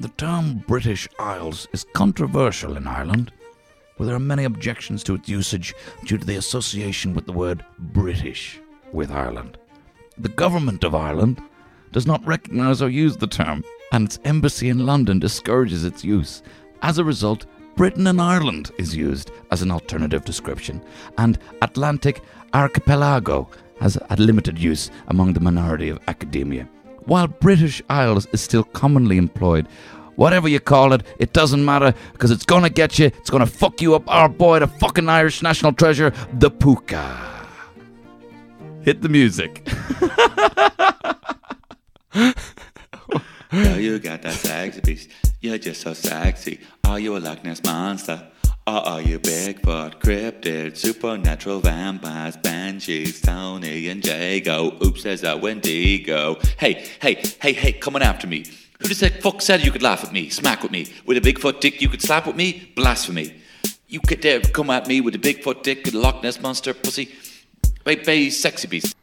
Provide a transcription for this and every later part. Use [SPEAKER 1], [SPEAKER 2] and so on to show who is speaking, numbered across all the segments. [SPEAKER 1] The term British Isles is controversial in Ireland, where there are many objections to its usage due to the association with the word British with Ireland. The government of Ireland does not recognise or use the term, and its embassy in London discourages its use. As a result, Britain and Ireland is used as an alternative description, and Atlantic Archipelago has had limited use among the minority of academia. While British Isles is still commonly employed, whatever you call it, it doesn't matter because it's gonna get you, it's gonna fuck you up, our boy, the fucking Irish national treasure, the puka. Hit the music.
[SPEAKER 2] Girl, you got that sexy beast. You're just so sexy. Are you a Loch Ness monster? Or are you Bigfoot, cryptid, supernatural vampires, banshees, Tony and Jago? Oops, there's a Wendigo. Hey, hey, hey, hey, coming after me. Who the sick fuck said you could laugh at me, smack with me? With a Bigfoot dick you could slap with me? Blasphemy. You could dare come at me with a Bigfoot dick and a Loch Ness monster, pussy. Wait, bay, sexy beast.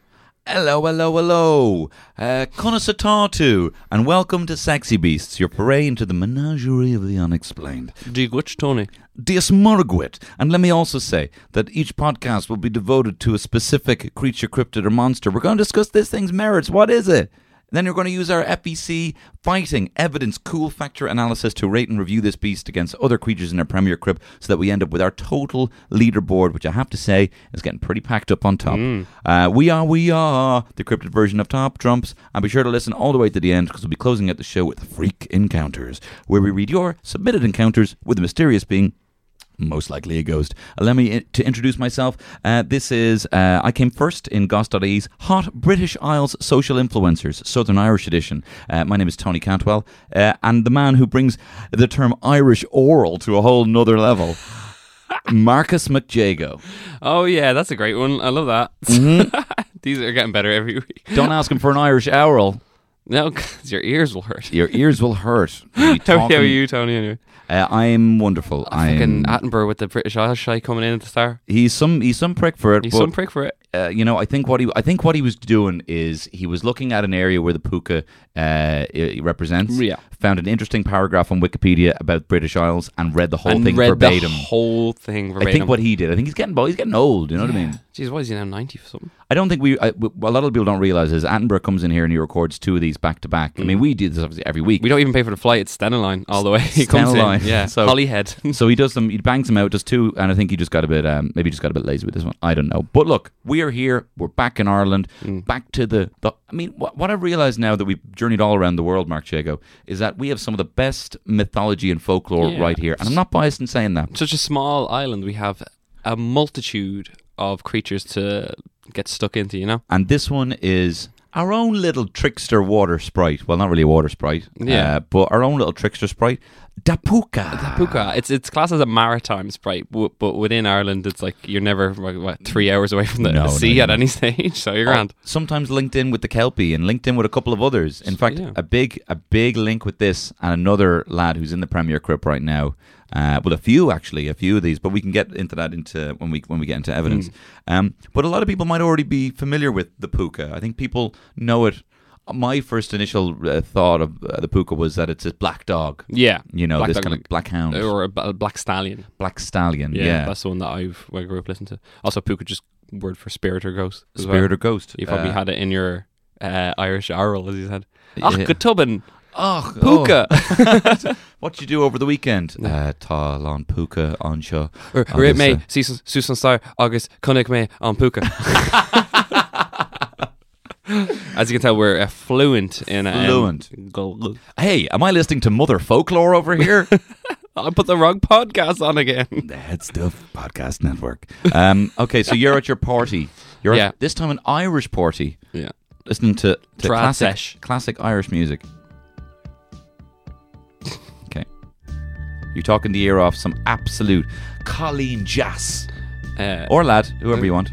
[SPEAKER 1] Hello, hello, hello. Uh, Connoisseur Tartu, and welcome to Sexy Beasts, your foray into the menagerie of the unexplained.
[SPEAKER 3] Do you gwitch, Tony?
[SPEAKER 1] Dear Smurgwit, and let me also say that each podcast will be devoted to a specific creature, cryptid, or monster. We're going to discuss this thing's merits. What is it? Then you're going to use our FEC fighting evidence cool factor analysis to rate and review this beast against other creatures in our premier crypt so that we end up with our total leaderboard, which I have to say is getting pretty packed up on top. Uh, we are, we are the cryptid version of Top Trumps, and be sure to listen all the way to the end because we'll be closing out the show with Freak Encounters, where we read your submitted encounters with a mysterious being most likely a ghost. Allow me i- to introduce myself. Uh, this is uh, I came first in Goss.ie's Hot British Isles Social Influencers Southern Irish Edition. Uh, my name is Tony Cantwell, uh, and the man who brings the term Irish oral to a whole nother level. Marcus McJago.
[SPEAKER 3] Oh yeah, that's a great one. I love that.
[SPEAKER 1] Mm-hmm.
[SPEAKER 3] These are getting better every week.
[SPEAKER 1] Don't ask him for an Irish oral.
[SPEAKER 3] No, 'cause your ears will hurt.
[SPEAKER 1] Your ears will hurt. You'll be
[SPEAKER 3] How
[SPEAKER 1] talking- Mm.
[SPEAKER 3] are you, Tony? Anyway,
[SPEAKER 1] Uh, I'm wonderful. I'm,
[SPEAKER 3] fucking Attenborough with the British Irish coming in at the start.
[SPEAKER 1] he's some he's some prick for it.
[SPEAKER 3] He's
[SPEAKER 1] but-
[SPEAKER 3] some prick for it.
[SPEAKER 1] uh, you know, I think what he, I think what he was doing is he was looking at an area where the puka uh, i- represents.
[SPEAKER 3] Yeah.
[SPEAKER 1] Found an interesting paragraph on Wikipedia about British Isles and read the whole
[SPEAKER 3] and
[SPEAKER 1] thing
[SPEAKER 3] read
[SPEAKER 1] verbatim.
[SPEAKER 3] the whole thing verbatim.
[SPEAKER 1] I think what he did. I think he's getting bo- he's getting old. You know what I mean?
[SPEAKER 3] Jeez, why is he now ninety or something?
[SPEAKER 1] I don't think we. I, w- a lot of people don't realize is Attenborough comes in here and he records two of these back to back. I mean,
[SPEAKER 3] Mm.
[SPEAKER 1] we do this obviously every weweek.
[SPEAKER 3] We don't even pay for the flight. It's Steneline all the way. He comes
[SPEAKER 1] Steneline.
[SPEAKER 3] in. Yeah,
[SPEAKER 1] So-
[SPEAKER 3] Hollyhead.
[SPEAKER 1] So he does them. He bangs them out. Does two, and I think he just got a bit. Um, maybe he just got a bit lazy with this one. I don't know. But look, we are here. We're back in Ireland. Back to the. the I mean, what, what I realize now that we've journeyed all around the world, Mark Jago, is that we have some of the best mythology and folklore
[SPEAKER 3] Yeah.
[SPEAKER 1] right here. And I'm not biased in saying that.
[SPEAKER 3] Such a small island. We have a multitude of creatures to get stuck into. You know.
[SPEAKER 1] And this one is our own little trickster water sprite. Well, not really a water sprite. uh,
[SPEAKER 3] Yeah.
[SPEAKER 1] but our own little trickster sprite, Dapuka. Ah.
[SPEAKER 3] Puka. It's it's classed as a maritime sprite, w- but within Ireland, it's like you're never like, what, three hours away from the
[SPEAKER 1] Mm. No, no,
[SPEAKER 3] sea
[SPEAKER 1] no,
[SPEAKER 3] at
[SPEAKER 1] no. Oh,
[SPEAKER 3] any stage. So you're grand.
[SPEAKER 1] sometimes linked in with the Kelpie and linked in with a couple of others. In fact,
[SPEAKER 3] yeah.
[SPEAKER 1] a big a big link with this and another lad who's in the Premier Crip right now. Uh, well, a few actually, a few of these, but we can get into that into when we when we get into evidence.
[SPEAKER 3] Hmm.
[SPEAKER 1] Um, but a lot of people might already be familiar with the puka. I think people know it. My first initial uh, thought of uh, the puka was that it's a black dog.
[SPEAKER 3] Yeah,
[SPEAKER 1] You know,
[SPEAKER 3] Black
[SPEAKER 1] this
[SPEAKER 3] Dog-
[SPEAKER 1] kind of black hound,
[SPEAKER 3] or a, b- a black stallion.
[SPEAKER 1] black stallion. Yeah,
[SPEAKER 3] Yeah, that's the one that I've I grew up listening to. Also, Puka just word for spirit or ghost. as well.
[SPEAKER 1] spirit or ghost.
[SPEAKER 3] You probably
[SPEAKER 1] Uh,
[SPEAKER 3] had it in your uh, Irish oral, as you said.
[SPEAKER 1] Yeah.
[SPEAKER 3] Ach, Tubbin,
[SPEAKER 1] Oh,
[SPEAKER 3] Puka.
[SPEAKER 1] What you do over the weekend? Uh, tal on puka on show. Oh,
[SPEAKER 3] Or or it
[SPEAKER 1] there's
[SPEAKER 3] may
[SPEAKER 1] a-
[SPEAKER 3] Susan Susan Star August Connick May on Puka. As you can tell, we're uh, fluent in um,
[SPEAKER 1] uh, Fluent.
[SPEAKER 3] gl-
[SPEAKER 1] Hey, am I listening to Mother Folklore over here?
[SPEAKER 3] I put the wrong podcast on again.
[SPEAKER 1] the Head Stuff Podcast Network. Um, okay, so you're at your party. You're
[SPEAKER 3] Yeah.
[SPEAKER 1] at, this time an Irish party.
[SPEAKER 3] Yeah.
[SPEAKER 1] listening to, to
[SPEAKER 3] Trad
[SPEAKER 1] classic,
[SPEAKER 3] sesh.
[SPEAKER 1] classic Irish music. Okay. You're talking the ear off some absolute Colleen Jass.
[SPEAKER 3] Uh,
[SPEAKER 1] Or lad, whoever you want.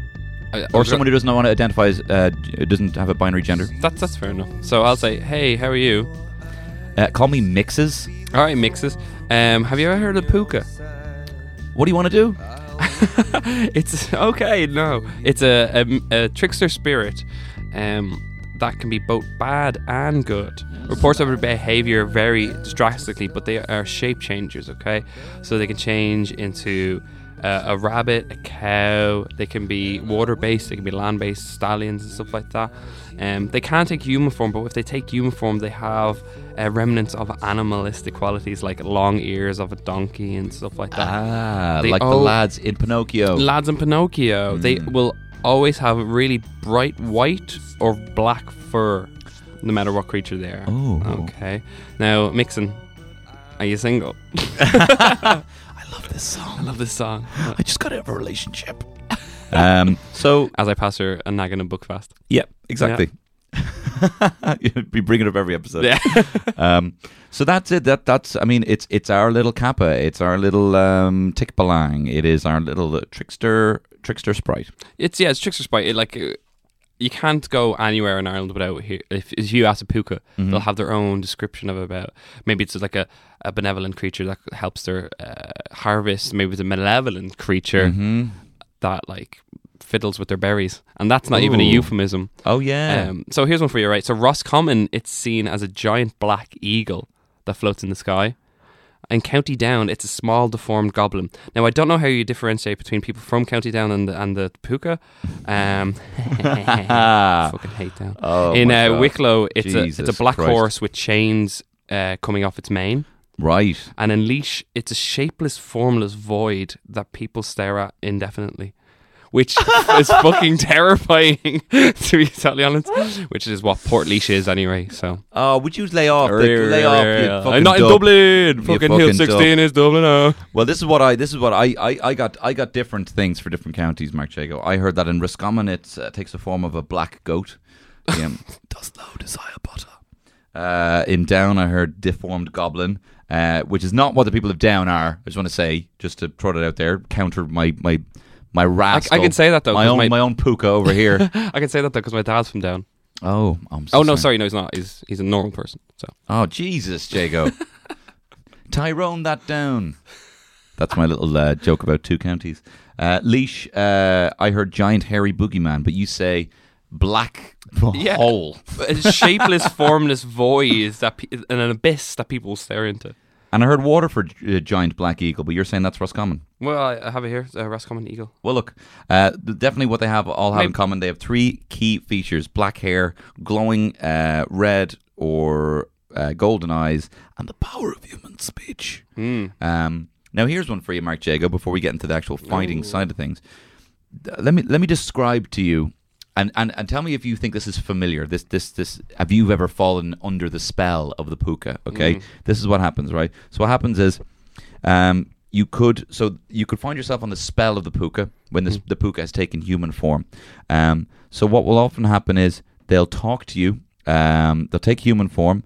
[SPEAKER 3] I- I
[SPEAKER 1] Or
[SPEAKER 3] was-
[SPEAKER 1] someone who doesn't want to identify as, uh, d- doesn't have a binary gender.
[SPEAKER 3] That's that's fair enough. So I'll say, hey, how are you?
[SPEAKER 1] Uh, call me Mixes.
[SPEAKER 3] All right, mixes. Um, have you ever heard of puka?
[SPEAKER 1] What do you want to do?
[SPEAKER 3] It's okay. No, it's a, a, a trickster spirit. Um, that can be both bad and good. Reports of their behavior vary drastically, but they are shape changers. Okay, so they can change into uh, a rabbit, a cow. They can be water based. They can be land based stallions and stuff like that. Um, they can take human form, but if they take human form, they have uh, remnants of animalistic qualities like long ears of a donkey and stuff like that
[SPEAKER 1] Ah,
[SPEAKER 3] They
[SPEAKER 1] like the
[SPEAKER 3] all-
[SPEAKER 1] lads in Pinocchio.
[SPEAKER 3] lads in Pinocchio, they
[SPEAKER 1] Hmm.
[SPEAKER 3] will always have really bright white or black fur, no matter what creature they are.
[SPEAKER 1] Oh.
[SPEAKER 3] Okay. Now, Mixon, are you single?
[SPEAKER 1] I love this
[SPEAKER 3] I
[SPEAKER 1] song.
[SPEAKER 3] love this song.
[SPEAKER 1] I just got out of a relationship. um, so,
[SPEAKER 3] As I pass her a nag in a book fast.
[SPEAKER 1] yeah, exactly. You'd be bringing it up every episode.
[SPEAKER 3] Yeah.
[SPEAKER 1] um, so that's it. That that's. I mean, it's it's our little kappa. It's our little um, tickbalang. It is our little uh, trickster trickster sprite.
[SPEAKER 3] It's, yeah, it's Trickster Spite. It, like, uh, you can't go anywhere in Ireland without here. If, if you ask a puka,
[SPEAKER 1] Mm-hmm.
[SPEAKER 3] they'll have their own description of about. Maybe it's like a, a benevolent creature that helps their uh, harvest. Maybe it's a malevolent creature.
[SPEAKER 1] Mm-hmm.
[SPEAKER 3] that like fiddles with their berries, and that's not even a
[SPEAKER 1] Ooh.
[SPEAKER 3] euphemism.
[SPEAKER 1] Oh yeah.
[SPEAKER 3] Um, so here's one for you, right? So Roscommon, it's seen as a giant black eagle that floats in the sky. In County Down, it's a small, deformed goblin. Now, I don't know how you differentiate between people from County Down and the, and the Puka. Um, fucking hate Down.
[SPEAKER 1] Ah. oh,
[SPEAKER 3] in
[SPEAKER 1] my
[SPEAKER 3] uh,
[SPEAKER 1] God.
[SPEAKER 3] Wicklow, it's a, it's a
[SPEAKER 1] Jesus
[SPEAKER 3] black
[SPEAKER 1] Christ.
[SPEAKER 3] horse with chains uh, coming off its mane.
[SPEAKER 1] Right.
[SPEAKER 3] And in Leash, it's a shapeless, formless void that people stare at indefinitely. Which is fucking terrifying, to be totally honest. Which is what Port Leash is, anyway. So
[SPEAKER 1] Oh, would you lay off? the- lay off. you fucking
[SPEAKER 3] I'm not in
[SPEAKER 1] dub.
[SPEAKER 3] Dublin.
[SPEAKER 1] fucking
[SPEAKER 3] Fucking Hill
[SPEAKER 1] fucking
[SPEAKER 3] 16 is Dublin. Oh.
[SPEAKER 1] Well, this is what I this is what I, I, I got I got different things for different counties. Mark Jago. I heard that in Roscommon it uh, takes the form of a black goat. Um, Does thou desire butter? Uh, in Down, I heard deformed goblin, uh, which is not what the people of Down are. I just want to say, just to throw it out there, counter my my my rascal.
[SPEAKER 3] I can say that, though,
[SPEAKER 1] My
[SPEAKER 3] 'cause
[SPEAKER 1] own
[SPEAKER 3] my-
[SPEAKER 1] my own puka over here.
[SPEAKER 3] I can say that though because my dad's from down.
[SPEAKER 1] oh, I'm so
[SPEAKER 3] Oh no, sorry, no, he's not. He's he's a normal person. So
[SPEAKER 1] Oh Jesus, Jago. Tyrone that down. That's my little uh, joke about two counties. Uh, leash. Uh, I heard giant hairy boogeyman, but you say black
[SPEAKER 3] Yeah.
[SPEAKER 1] hole.
[SPEAKER 3] a shapeless, formless void is that pe- an abyss that people stare into.
[SPEAKER 1] And I heard Waterford uh, giant black eagle, but you're saying that's Roscommon.
[SPEAKER 3] Well, I I have it here. It's a Roscommon Eagle.
[SPEAKER 1] Well, look, uh, th- definitely what they have all have in
[SPEAKER 3] Maybe-
[SPEAKER 1] common. They have three key features: black hair, glowing uh, red or uh, golden eyes, and the power of human speech. Um, now, here's one for you, Mark Jago. Before we get into the actual fighting side of things, Th- let me let me describe to you, and, and, and tell me if you think this is familiar. This this this have you ever fallen under the spell of the puka? Okay, this is what happens, right? So what happens is, um, you could so you could find yourself on the spell of the puka when this, the puka has taken human form. Um, so what will often happen is they'll talk to you. Um, they'll take human form,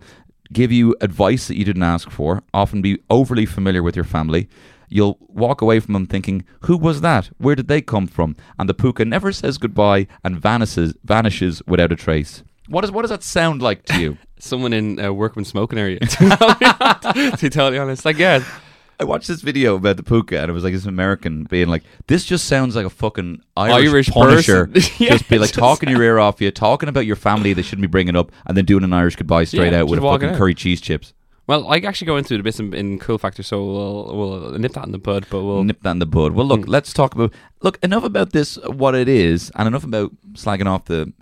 [SPEAKER 1] give you advice that you didn't ask for, often be overly familiar with your family. You'll walk away from them thinking, "Who was that? Where did they come from?" And the puka never says goodbye and vanishes vanishes without a trace. What does what does that sound like to you?
[SPEAKER 3] someone in a workman smoking area. to be totally honest, like yeah,
[SPEAKER 1] I watched this video about the puka, and it was like this American being like, "This just sounds like a fucking Irish,
[SPEAKER 3] Irish
[SPEAKER 1] Punisher."
[SPEAKER 3] person. Yeah,
[SPEAKER 1] just be like
[SPEAKER 3] just-
[SPEAKER 1] talking your ear off you, talking about your family they shouldn't be bringing up, and then doing an Irish goodbye straight
[SPEAKER 3] Yeah,
[SPEAKER 1] out with a
[SPEAKER 3] just walking
[SPEAKER 1] fucking
[SPEAKER 3] out.
[SPEAKER 1] curry cheese chips.
[SPEAKER 3] Well, I actually go into the bits in, in Cool Factor, so we'll we'll nip that in the bud. But we'll
[SPEAKER 1] Nip that in the bud. Well, look, let's talk about look enough about this, what it is, and enough about slagging off the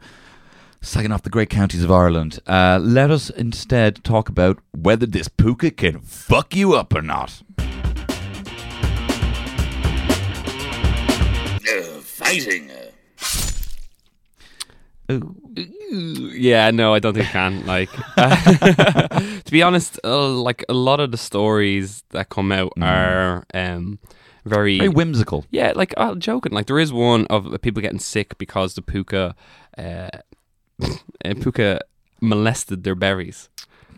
[SPEAKER 1] slagging off the great counties of Ireland. Uh, let us instead talk about whether this puka can fuck you up or not.
[SPEAKER 2] Uh, fighting. uh,
[SPEAKER 3] yeah, no, I don't think I can. Like, to be honest, uh, like a lot of the stories that come out are um, very,
[SPEAKER 1] Very whimsical.
[SPEAKER 3] yeah, like I'm joking. Like there is one of people getting sick because the puka uh, uh, Puka molested their berries.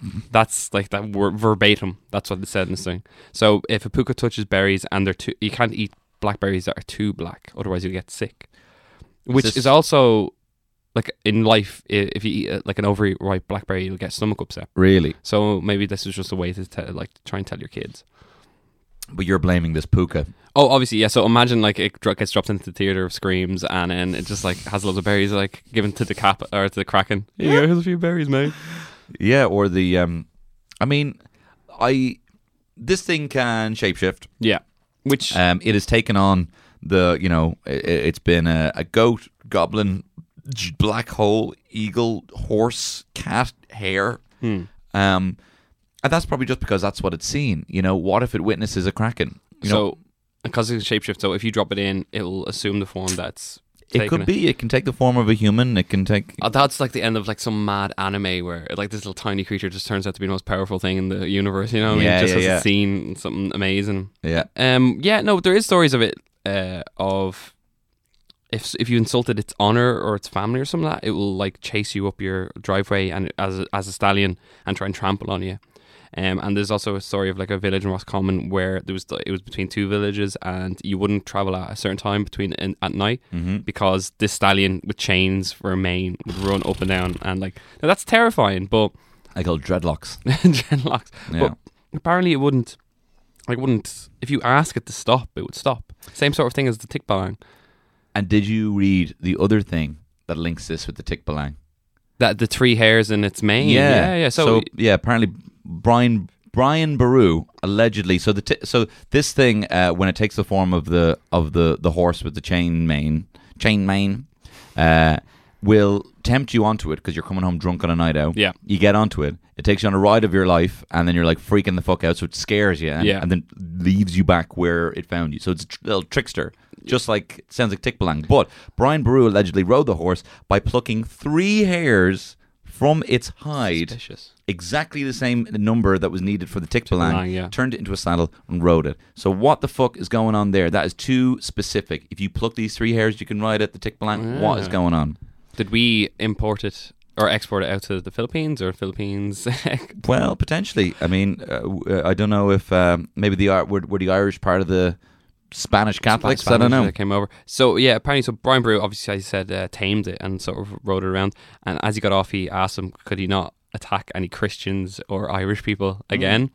[SPEAKER 1] Mm-hmm.
[SPEAKER 3] That's like that word verbatim. That's what it said in this thing. So if a puka touches berries and they're too, you can't eat blackberries that are too black, otherwise you'll get sick. Which
[SPEAKER 1] Is this-
[SPEAKER 3] is also like in life, i- if you eat uh, like an overripe blackberry, you'll get stomach upset.
[SPEAKER 1] Really?
[SPEAKER 3] So maybe this is just a way to tell, like try and tell your kids.
[SPEAKER 1] But you're blaming this puka.
[SPEAKER 3] Oh, obviously, yeah. So imagine like it dro- gets dropped into the theater of screams, and then it just like has loads of berries like given to the cap or to the kraken. Here you go, here's a few berries, mate.
[SPEAKER 1] Yeah, or the um I mean, I this thing can shapeshift.
[SPEAKER 3] Yeah, which
[SPEAKER 1] Um it has taken on the, you know, i i- it's been a, a goat, goblin, j- black hole, eagle, horse, cat, hare.
[SPEAKER 3] Hmm.
[SPEAKER 1] Um and that's probably just because that's what it's seen. You know, what if it witnesses a kraken? You know,
[SPEAKER 3] so because it's a shapeshift, so if you drop it in, it'll assume the form that's.
[SPEAKER 1] it
[SPEAKER 3] taken
[SPEAKER 1] could be. It can take the form of a human. It can take
[SPEAKER 3] Oh, that's like the end of like some mad anime where like this little tiny creature just turns out to be the most powerful thing in the universe. You know, what I mean?
[SPEAKER 1] Yeah,
[SPEAKER 3] just
[SPEAKER 1] yeah,
[SPEAKER 3] has
[SPEAKER 1] yeah.
[SPEAKER 3] seen something amazing.
[SPEAKER 1] yeah.
[SPEAKER 3] Um, yeah, no, there is stories of it. Uh, of if if you insulted its honor or its family or something like that, it will like chase you up your driveway and as a, as a stallion and try and trample on you. Um, and there's also a story of like a village in Roscommon where there was it was between two villages and you wouldn't travel at a certain time between in, at night because this stallion with chains for a mane would run up and down and like now that's terrifying, but
[SPEAKER 1] I call dreadlocks.
[SPEAKER 3] dreadlocks.
[SPEAKER 1] Yeah.
[SPEAKER 3] But apparently it wouldn't. Like wouldn't if you ask it to stop, it would stop. Same sort of thing as the tick balang.
[SPEAKER 1] And did you read the other thing that links this with the tick balang?
[SPEAKER 3] That the three hairs in its mane. yeah. yeah. So,
[SPEAKER 1] yeah, apparently Brian Brian Baru allegedly so the ti so this thing uh, when it takes the form of the of the the horse with the chain mane chain mane uh, will tempt you onto it because you're coming home drunk on a night out.
[SPEAKER 3] Yeah.
[SPEAKER 1] you get onto it. It takes you on a ride of your life, and then you're like freaking the fuck out. So it scares you, eh? and,
[SPEAKER 3] Yeah.
[SPEAKER 1] and then leaves you back where it found you. So it's a tr- little trickster, just like it sounds like tick balang. But Brian Baru allegedly rode the horse by plucking three hairs from its hide
[SPEAKER 3] Suspicious.
[SPEAKER 1] exactly the same number that was needed for the tick balang,
[SPEAKER 3] balang, yeah.
[SPEAKER 1] turned it into a saddle and rode it. So what the fuck is going on there? That is too specific. If you pluck these three hairs, you can ride it. The tick balang. What is going on?
[SPEAKER 3] did we import it or export it out to the Philippines or Philippines?
[SPEAKER 1] Well, potentially. I mean, uh, w- uh, I don't know if um, maybe the Ir- were, were the Irish part of the Spanish Catholics.
[SPEAKER 3] Spanish
[SPEAKER 1] I don't know.
[SPEAKER 3] that came over. So yeah, apparently, so Brian Brew obviously, as you said, uh, tamed it and sort of rode it around. And as he got off, he asked him, could he not attack any Christians or Irish people
[SPEAKER 1] Mm.
[SPEAKER 3] again?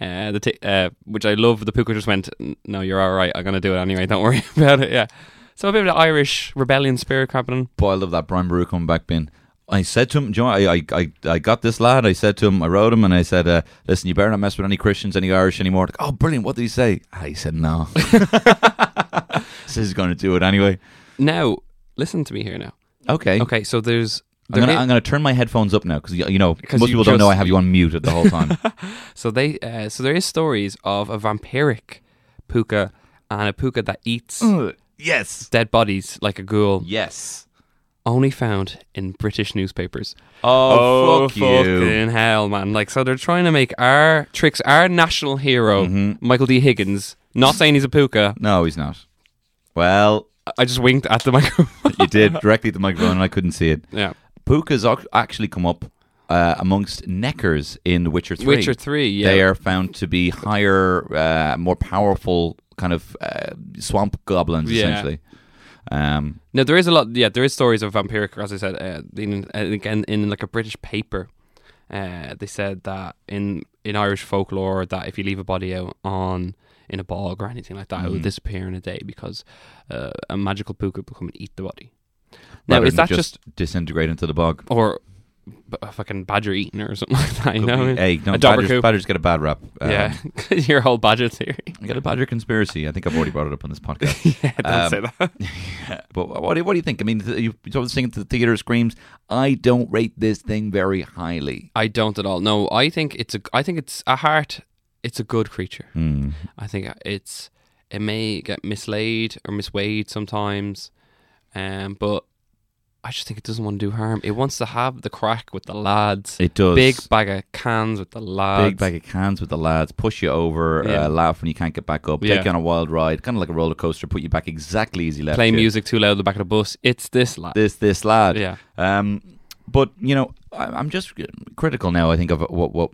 [SPEAKER 3] Uh, the t- uh, which I love. The puka just went, "N- no, you're all right. I'm gonna do it anyway. Don't worry about it. Yeah. So a bit of the Irish rebellion spirit happening.
[SPEAKER 1] Boy, I love that Brian Baru coming back being. I said to him, do you know, I, I, I, I got this lad. I said to him, I wrote him, and I said, uh, listen, you better not mess with any Christians, any Irish anymore. Like, oh, brilliant. What did he say? Ah, he said, no. so he's going to do it anyway.
[SPEAKER 3] Now, listen to me here. Now,
[SPEAKER 1] Okay.
[SPEAKER 3] okay. So there's.
[SPEAKER 1] I'm
[SPEAKER 3] there
[SPEAKER 1] going to
[SPEAKER 3] is-
[SPEAKER 1] I'm gonna turn my headphones up now because, you, you know, most
[SPEAKER 3] 'Cause you
[SPEAKER 1] people don't know
[SPEAKER 3] just-
[SPEAKER 1] I have you on mute the whole time.
[SPEAKER 3] So they, uh, so there is stories of a vampiric puka and a puka that eats
[SPEAKER 1] Mm. yes.
[SPEAKER 3] dead bodies like a ghoul.
[SPEAKER 1] Yes.
[SPEAKER 3] only found in British newspapers.
[SPEAKER 1] Oh, fuck you.
[SPEAKER 3] fucking hell, man! Like, so they're trying to make our tricks, our national hero,
[SPEAKER 1] Mm-hmm.
[SPEAKER 3] Michael D. Higgins. Not saying he's a puka.
[SPEAKER 1] No, he's not. Well,
[SPEAKER 3] I just winked at the microphone.
[SPEAKER 1] you did directly at the microphone and I couldn't see it.
[SPEAKER 3] yeah,
[SPEAKER 1] Puka's ac- actually come up uh, amongst Neckers in The Witcher 3.
[SPEAKER 3] Witcher Three. Yeah,
[SPEAKER 1] They are found to be higher, uh, more powerful kind of uh, swamp goblins,
[SPEAKER 3] Yeah.
[SPEAKER 1] essentially. Um,
[SPEAKER 3] No, there is a lot. Yeah, there is stories of vampiric, as I said. Uh, in, uh, again, in like a British paper, uh, they said that in in Irish folklore that if you leave a body out on in a bog or anything like that,
[SPEAKER 1] Mm.
[SPEAKER 3] it will disappear in a day because uh, a magical puka will come and eat the body. Now,
[SPEAKER 1] rather
[SPEAKER 3] is
[SPEAKER 1] than
[SPEAKER 3] that just,
[SPEAKER 1] disintegrate into the bog?
[SPEAKER 3] or b- a fucking badger eating her or something like that? You
[SPEAKER 1] Could
[SPEAKER 3] know,
[SPEAKER 1] be- hey, no,
[SPEAKER 3] a dauber
[SPEAKER 1] badgers,
[SPEAKER 3] coup.
[SPEAKER 1] badgers get a bad rap. Um,
[SPEAKER 3] yeah, your whole badger theory. Um,
[SPEAKER 1] we got a badger conspiracy. I think I've already brought it up on this podcast. Um,
[SPEAKER 3] yeah, don't say that.
[SPEAKER 1] but what do, you- what do you think? I mean, th- you saw this thing at the theater screams. I don't rate this thing very highly.
[SPEAKER 3] I don't at all. No, I think it's a. I think it's a heart. It's a good creature.
[SPEAKER 1] Mm.
[SPEAKER 3] I think it's it may get mislaid or misweighed sometimes, um, but I just think it doesn't want to do harm. It wants to have the crack with the lads,
[SPEAKER 1] It does.
[SPEAKER 3] big bag of cans with the lads.
[SPEAKER 1] Big bag of cans with the lads, push you over,
[SPEAKER 3] Yeah.
[SPEAKER 1] uh, laugh when you can't get back up,
[SPEAKER 3] Yeah.
[SPEAKER 1] take you on a wild ride, kind of like a roller coaster, put you back exactly as you left.
[SPEAKER 3] Play
[SPEAKER 1] you.
[SPEAKER 3] music too loud at the back of the bus. It's this lad.
[SPEAKER 1] This this lad.
[SPEAKER 3] Yeah.
[SPEAKER 1] Um, But you know, I- I'm just critical now. I think of what what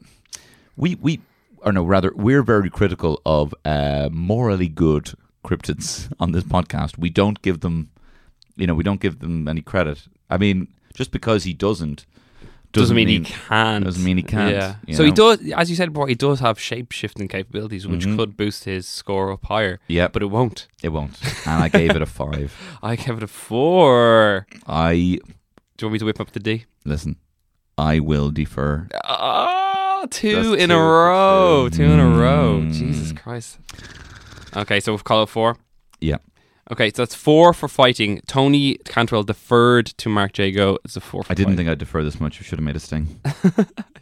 [SPEAKER 1] we we or no, rather, we're very critical of uh, morally good cryptids on this podcast. We don't give them, you know, we don't give them any credit. I mean, just because he doesn't doesn't,
[SPEAKER 3] doesn't mean, he can't.
[SPEAKER 1] doesn't mean he can't,
[SPEAKER 3] Yeah.
[SPEAKER 1] you
[SPEAKER 3] So he
[SPEAKER 1] know? Mm-hmm.
[SPEAKER 3] does, as you said before, he does have shape shifting capabilities, which could boost his score up higher.
[SPEAKER 1] Yeah.
[SPEAKER 3] but it won't.
[SPEAKER 1] It won't. And I gave it a five.
[SPEAKER 3] I give it a four.
[SPEAKER 1] I
[SPEAKER 3] Do you want me to whip up the D?
[SPEAKER 1] listen. I will defer.
[SPEAKER 3] Ah, two
[SPEAKER 1] That's
[SPEAKER 3] in
[SPEAKER 1] two
[SPEAKER 3] a
[SPEAKER 1] for
[SPEAKER 3] row. Two in a row.
[SPEAKER 1] Mm.
[SPEAKER 3] Jesus Christ. Okay, so we've called it four.
[SPEAKER 1] Yeah.
[SPEAKER 3] Okay, so that's four for fighting. Tony Cantwell deferred to Mark Jago. It's a four. For
[SPEAKER 1] I didn't
[SPEAKER 3] fighting.
[SPEAKER 1] think I'd defer this much. I should have made a sting.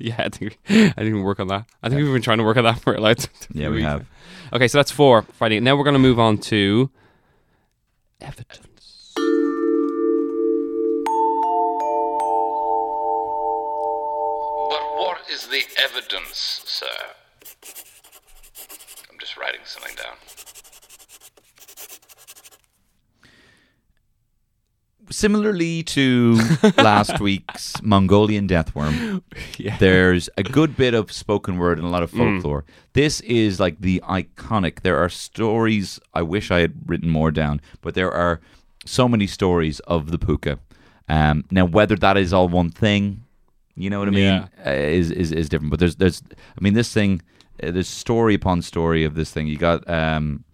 [SPEAKER 3] Yeah, I think I didn't even work on that. I think we've been trying to work on that for like.
[SPEAKER 1] Yeah, we have.
[SPEAKER 3] Okay, so that's four fighting. Now we're going to move on to evidence.
[SPEAKER 4] But what is the evidence, sir? I'm just writing something down.
[SPEAKER 1] Similarly to last week's Mongolian death worm,
[SPEAKER 3] Yeah. Mm.
[SPEAKER 1] there's a good bit of spoken word and a lot of folklore. This is like the iconic. There are stories. I wish I had written more down, but there are so many stories of the puka. Um, now, whether that is all one thing, you know what I mean,
[SPEAKER 3] Yeah.
[SPEAKER 1] uh, is, is is different. But there's there's, I mean, this thing, uh, there's story upon story of this thing. You got um,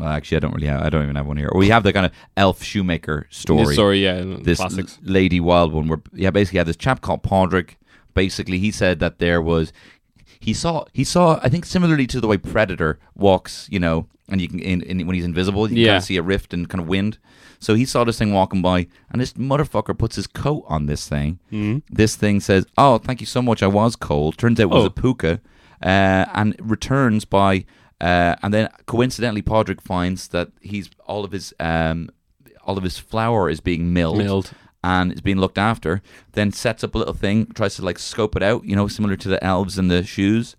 [SPEAKER 1] well, actually, I don't really, have, I don't even have one here. Or you have the kind of elf shoemaker story
[SPEAKER 3] Sorry, yeah,
[SPEAKER 1] this
[SPEAKER 3] classics.
[SPEAKER 1] l- lady wild one where yeah basically had this chap called Podrick basically he said that there was he saw he saw I think similarly to the way Predator walks you know and you can in, in, when he's invisible you can
[SPEAKER 3] Yeah.
[SPEAKER 1] kind of see a rift and kind of wind so he saw this thing walking by and this motherfucker puts his coat on this thing
[SPEAKER 3] Mm-hmm.
[SPEAKER 1] this thing says oh thank you so much I was cold turns out it was
[SPEAKER 3] Oh.
[SPEAKER 1] a puka uh, and returns by uh, and then coincidentally Podrick finds that he's all of his um, all of his flour is being milled,
[SPEAKER 3] Milled.
[SPEAKER 1] and it's being looked after. Then sets up a little thing, tries to like scope it out, you know, similar to the elves and the shoes.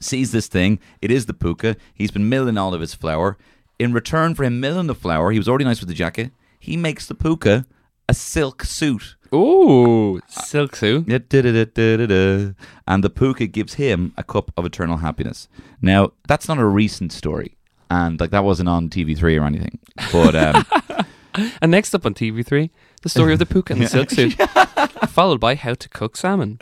[SPEAKER 1] Sees this thing, it is the puka. He's been milling all of his flour. In return for him milling the flour, he was already nice with the jacket. He makes the puka a silk suit.
[SPEAKER 3] Ooh, silk suit.
[SPEAKER 1] And the puka gives him a cup of eternal happiness. Now, that's not a recent story. And like that wasn't on TV3 or anything. But um,
[SPEAKER 3] And next up on TV3, the story of the puka and the silk suit, followed by how to cook salmon.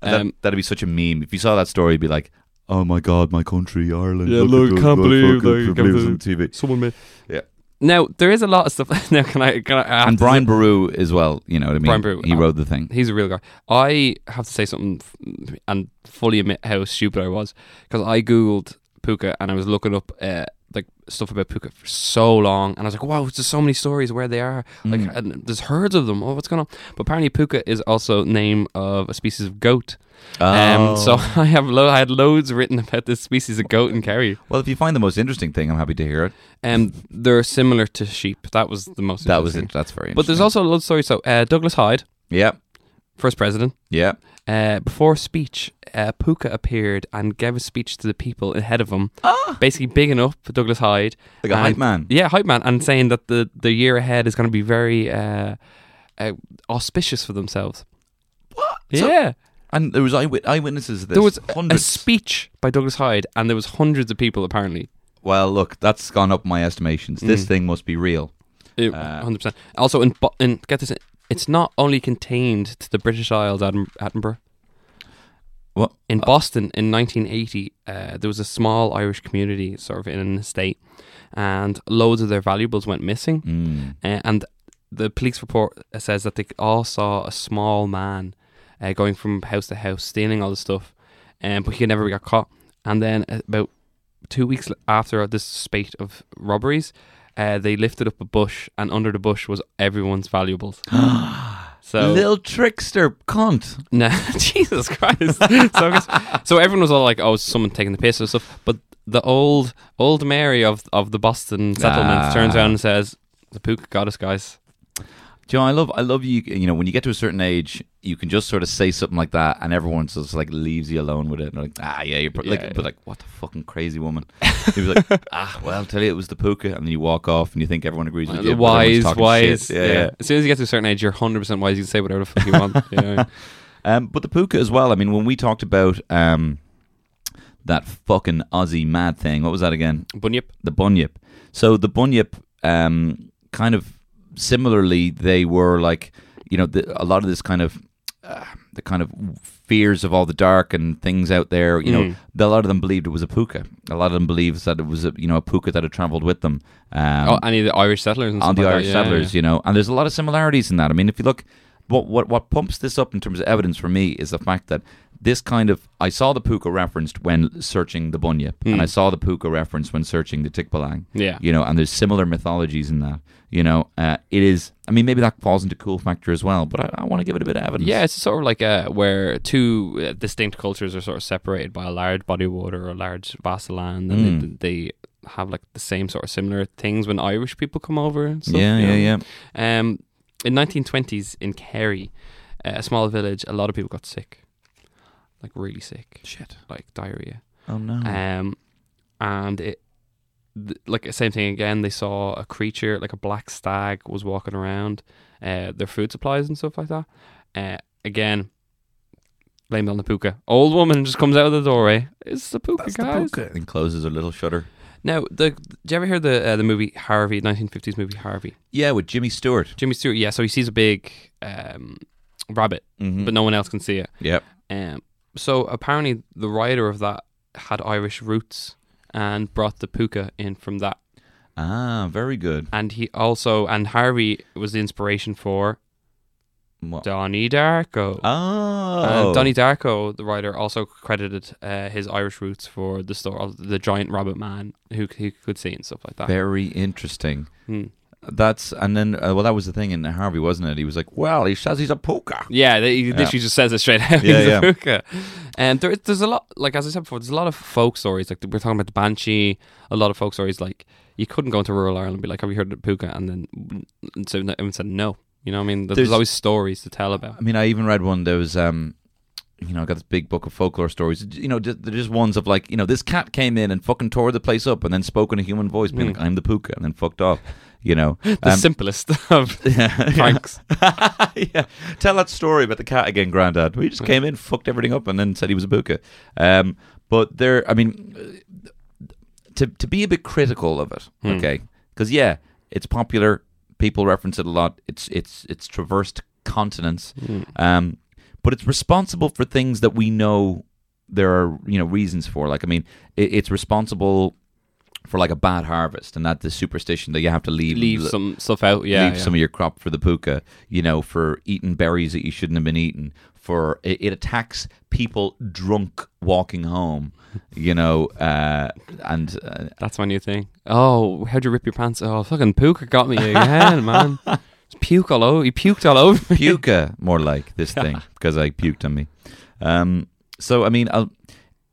[SPEAKER 1] That,
[SPEAKER 3] Um,
[SPEAKER 1] that'd be such a meme. If you saw that story, it'd be like, "Oh my god, my country, Ireland."
[SPEAKER 3] Yeah,
[SPEAKER 1] at
[SPEAKER 3] look,
[SPEAKER 1] the-
[SPEAKER 3] can't
[SPEAKER 1] look, look,
[SPEAKER 3] believe they
[SPEAKER 1] can't
[SPEAKER 3] come
[SPEAKER 1] believe it's
[SPEAKER 3] to-
[SPEAKER 1] on TV.
[SPEAKER 3] Someone made.
[SPEAKER 1] Yeah.
[SPEAKER 3] Now there is a lot of stuff. Now can I? Can I? I have
[SPEAKER 1] And
[SPEAKER 3] to say-
[SPEAKER 1] Brian Baru as well. You know what I mean?
[SPEAKER 3] Brian Boru,
[SPEAKER 1] He
[SPEAKER 3] uh,
[SPEAKER 1] wrote the thing.
[SPEAKER 3] He's a real guy. I have to say something f- and fully admit how stupid I was because I googled puka and I was looking up uh, like stuff about puka for so long and I was like, wow, there's so many stories where they are. Like,
[SPEAKER 1] Mm.
[SPEAKER 3] and there's herds of them. Oh, what's going on? But apparently, puka is also name of a species of goat.
[SPEAKER 1] Oh.
[SPEAKER 3] Um, so I have lo- I had loads written about this species of goat in Kerry.
[SPEAKER 1] well, if you find the most interesting thing, I'm happy to hear it.
[SPEAKER 3] Um, they're similar to sheep. That was the most.
[SPEAKER 1] That was
[SPEAKER 3] interesting.
[SPEAKER 1] it. That's very.
[SPEAKER 3] But there's
[SPEAKER 1] interesting.
[SPEAKER 3] also a lot of stories. So uh, Douglas Hyde,
[SPEAKER 1] yeah,
[SPEAKER 3] first president.
[SPEAKER 1] yeah.
[SPEAKER 3] Uh, before speech, uh, Puka appeared and gave a speech to the people ahead of him, basically bigging up Douglas Hyde,
[SPEAKER 1] Like a
[SPEAKER 3] and-
[SPEAKER 1] hype man.
[SPEAKER 3] Yeah, hype man, and saying that the the year ahead is going to be very uh, uh, auspicious for themselves. What?
[SPEAKER 1] So-
[SPEAKER 3] Yeah,
[SPEAKER 1] And there was eyewit- eyewitnesses. Of this.
[SPEAKER 3] there was a-
[SPEAKER 1] hundreds.
[SPEAKER 3] a speech by Douglas Hyde, and there was hundreds of people apparently.
[SPEAKER 1] well, look, that's gone up my estimations.
[SPEAKER 3] Hmm.
[SPEAKER 1] This thing must be real.
[SPEAKER 3] Hundred percent. Also, in, Bo- in get this, it's not only contained to the British Isles, Adin- Edinburgh.
[SPEAKER 1] What?
[SPEAKER 3] In Boston in 1980, uh, there was a small Irish community sort of in an estate, and loads of their valuables went missing. Uh, and the police report uh, says that they all saw a small man uh, going from house to house, stealing all the stuff, um, but he never got caught. And then about two weeks l- after this spate of robberies, uh, they lifted up a bush, and under the bush was everyone's valuables. so
[SPEAKER 1] Little trickster cunt.
[SPEAKER 3] no, Jesus Christ. so, I guess- so everyone was all like, "Oh, someone taking the piss and stuff." But the old old Mary of of the Boston settlement
[SPEAKER 1] Ah.
[SPEAKER 3] turns around and says, "The puka goddess, guys."
[SPEAKER 1] Do you know, I love, I love you. You know, when you get to a certain age, you can just sort of say something like that, and everyone just like leaves you alone with it. And they're like, ah, yeah, you're pro-" like,
[SPEAKER 3] Yeah.
[SPEAKER 1] but like, what the fucking crazy woman? He was like, ah, well, I'll tell you, it was the puka, and then you walk off, and you think everyone agrees with you. but everyone's
[SPEAKER 3] Uh, wise,
[SPEAKER 1] talking
[SPEAKER 3] wise.
[SPEAKER 1] shit. yeah, yeah.
[SPEAKER 3] As soon as you get to a certain age, you're 100% wise. You can say whatever the fuck you want. Yeah.
[SPEAKER 1] Um, but the puka as well. I mean, when we talked about um, that fucking Aussie mad thing, what was that again?
[SPEAKER 3] Bunyip.
[SPEAKER 1] the bunyip. So the bunyip, um, kind of similarly, they were like, you know, the, a lot of this kind of uh, the kind of fears of all the dark and things out there. You know, a lot of them believed it was a puka. A lot of them believed that it was a, you know a puka that had traveled with them. Um,
[SPEAKER 3] Oh, any of the Irish settlers and
[SPEAKER 1] on
[SPEAKER 3] stuff
[SPEAKER 1] the
[SPEAKER 3] like
[SPEAKER 1] Irish
[SPEAKER 3] that. Yeah,
[SPEAKER 1] settlers,
[SPEAKER 3] yeah.
[SPEAKER 1] you know, and there's a lot of similarities in that. I mean, if you look, what what what pumps this up in terms of evidence for me is the fact that this kind of I saw the puka referenced when searching the bunyip, and I saw the puka referenced when searching the tikbalang.
[SPEAKER 3] Hmm. Yeah.
[SPEAKER 1] you know, and there's similar mythologies in that. You know, uh, it is. I mean, maybe that falls into cool factor as well, but I, I want to give it a bit of evidence.
[SPEAKER 3] Yeah, it's sort of like uh, where two uh, distinct cultures are sort of separated by a large body of water or a large vast of land, and
[SPEAKER 1] Mm.
[SPEAKER 3] they, they have like the same sort of similar things when Irish people come over. And stuff,
[SPEAKER 1] yeah,
[SPEAKER 3] you
[SPEAKER 1] yeah,
[SPEAKER 3] know?
[SPEAKER 1] yeah.
[SPEAKER 3] Um, in 1920s in Kerry, uh, a small village, a lot of people got sick, like really sick,
[SPEAKER 1] Shit.
[SPEAKER 3] like diarrhea.
[SPEAKER 1] Oh no.
[SPEAKER 3] Um, and it, th- like same thing again. They saw a creature, like a black stag, was walking around. Uh, their food supplies and stuff like that. Uh, again, blamed on the puka. Old woman just comes out of the doorway. It's the puka,
[SPEAKER 1] That's the
[SPEAKER 3] guys.
[SPEAKER 1] puka. And closes a little shutter.
[SPEAKER 3] Now, the, do you ever hear the uh, the movie Harvey, 1950s movie Harvey?
[SPEAKER 1] Yeah, with Jimmy Stewart.
[SPEAKER 3] Jimmy Stewart. Yeah, so he sees a big um, rabbit,
[SPEAKER 1] Mm-hmm.
[SPEAKER 3] but no one else can see it.
[SPEAKER 1] yep.
[SPEAKER 3] Um, so apparently, the writer of that had Irish roots and brought the puka in from that.
[SPEAKER 1] Ah, very good.
[SPEAKER 3] And he also and Harvey was the inspiration for
[SPEAKER 1] What?
[SPEAKER 3] Donnie Darko.
[SPEAKER 1] Oh,
[SPEAKER 3] And Donnie Darko, the writer, also credited uh, his Irish roots for the story of the giant rabbit man who he could see and stuff like that.
[SPEAKER 1] Very interesting.
[SPEAKER 3] Hmm.
[SPEAKER 1] That's and then uh, well, that was the thing in Harvey, wasn't it? He was like, "Well, he says he's a poker."
[SPEAKER 3] Yeah, they, he literally just says it straight out.
[SPEAKER 1] Yeah,
[SPEAKER 3] He's
[SPEAKER 1] yeah.
[SPEAKER 3] a hooker. And there, there's a lot, like as I said before, there's a lot of folk stories. Like we're talking about the banshee. A lot of folk stories, like you couldn't go into rural Ireland and be like, "Have you heard of the puka?" And then and so everyone said no. You know, what I mean, there's,
[SPEAKER 1] There's-
[SPEAKER 3] always stories to tell about.
[SPEAKER 1] I mean, I even read one. There was, um, you know, I got this big book of folklore stories. You know, ju- they're just ones of like, you know, this cat came in and fucking tore the place up, and then spoke in a human voice, being
[SPEAKER 3] Hmm.
[SPEAKER 1] like, "I'm the puka," and then fucked off. You know,
[SPEAKER 3] The
[SPEAKER 1] Um,
[SPEAKER 3] simplest of pranks.
[SPEAKER 1] yeah. Tell that story about the cat again, Grandad. We just came in, fucked everything up, and then said he was a buka. Um, but there, I mean, to to be a bit critical of it, okay? Because yeah, it's popular. People reference it a lot. It's it's it's traversed continents, um, but it's responsible for things that we know there are you know reasons for. Like I mean, it, it's responsible. For like a bad harvest, and that the superstition that you have to leave
[SPEAKER 3] Leave
[SPEAKER 1] l-
[SPEAKER 3] some stuff out. Yeah,
[SPEAKER 1] leave
[SPEAKER 3] yeah.
[SPEAKER 1] some of your crop for the puka, you know, for eating berries that you shouldn't have been eating, for it, it attacks people drunk walking home, you know, uh, and uh,
[SPEAKER 3] That's my new thing. Oh, how'd you rip your pants? Oh, fucking puka got me again, man. Just Puke all over. He puked all over. me.
[SPEAKER 1] puka more like this thing because I puked on me. Um, so I mean, I'll,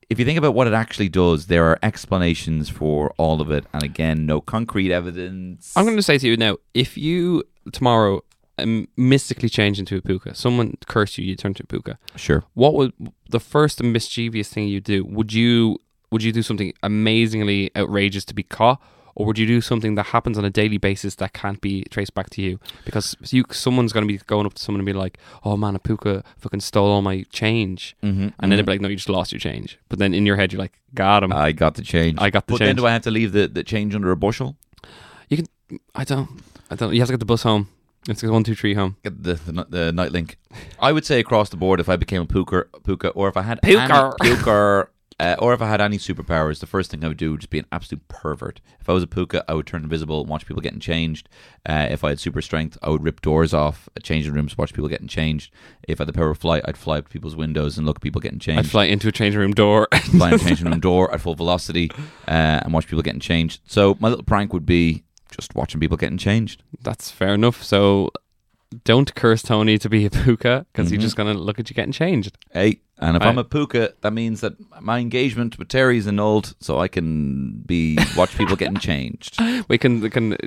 [SPEAKER 1] if you think about what it actually does, there are explanations for all of it, and again, no concrete evidence.
[SPEAKER 3] I'm going to say to you now, if you tomorrow um, mystically change into a puka, someone cursed you, you turn to a puka.
[SPEAKER 1] sure.
[SPEAKER 3] What would the first mischievous thing you do? Would you would you do something amazingly outrageous to be caught, or would you do something that happens on a daily basis that can't be traced back to you? Because you someone's going to be going up to someone and be like, "Oh man, a puka fucking stole all my change," mm-hmm, Uh, and then they'd be like, "No, you just lost your change." But then in your head, you're like, "Got him."
[SPEAKER 1] I got the change.
[SPEAKER 3] I got the
[SPEAKER 1] but then
[SPEAKER 3] change.
[SPEAKER 1] do I have to leave the, the change under a bushel?
[SPEAKER 3] you can. I don't. I don't. You have to get the bus home. You have to go one, two, three home.
[SPEAKER 1] Get the, the, the night link. I would say across the board, if I became a puker, puka, or if I had
[SPEAKER 3] Puker.
[SPEAKER 1] any, puker, uh, or if I had any superpowers, the first thing I would do would just be an absolute pervert. If I was a puka, I would turn invisible and watch people getting changed. Uh, if I had super strength, I would rip doors off, change in rooms, watch people getting changed. If I had the power of flight, I'd fly up to people's windows and look at people getting changed.
[SPEAKER 3] I'd fly into a change room door.
[SPEAKER 1] fly in a changing room door at full velocity uh, and watch people getting changed. So my little prank would be just watching people getting changed.
[SPEAKER 3] That's fair enough. So don't curse Tony to be a puka because
[SPEAKER 1] Mm-hmm.
[SPEAKER 3] he's just going to look at you getting changed.
[SPEAKER 1] Hey, and if I,
[SPEAKER 3] I-
[SPEAKER 1] am a puka, that means that my engagement with Terry's annulled, so I can be watch people getting changed.
[SPEAKER 3] We can, we can,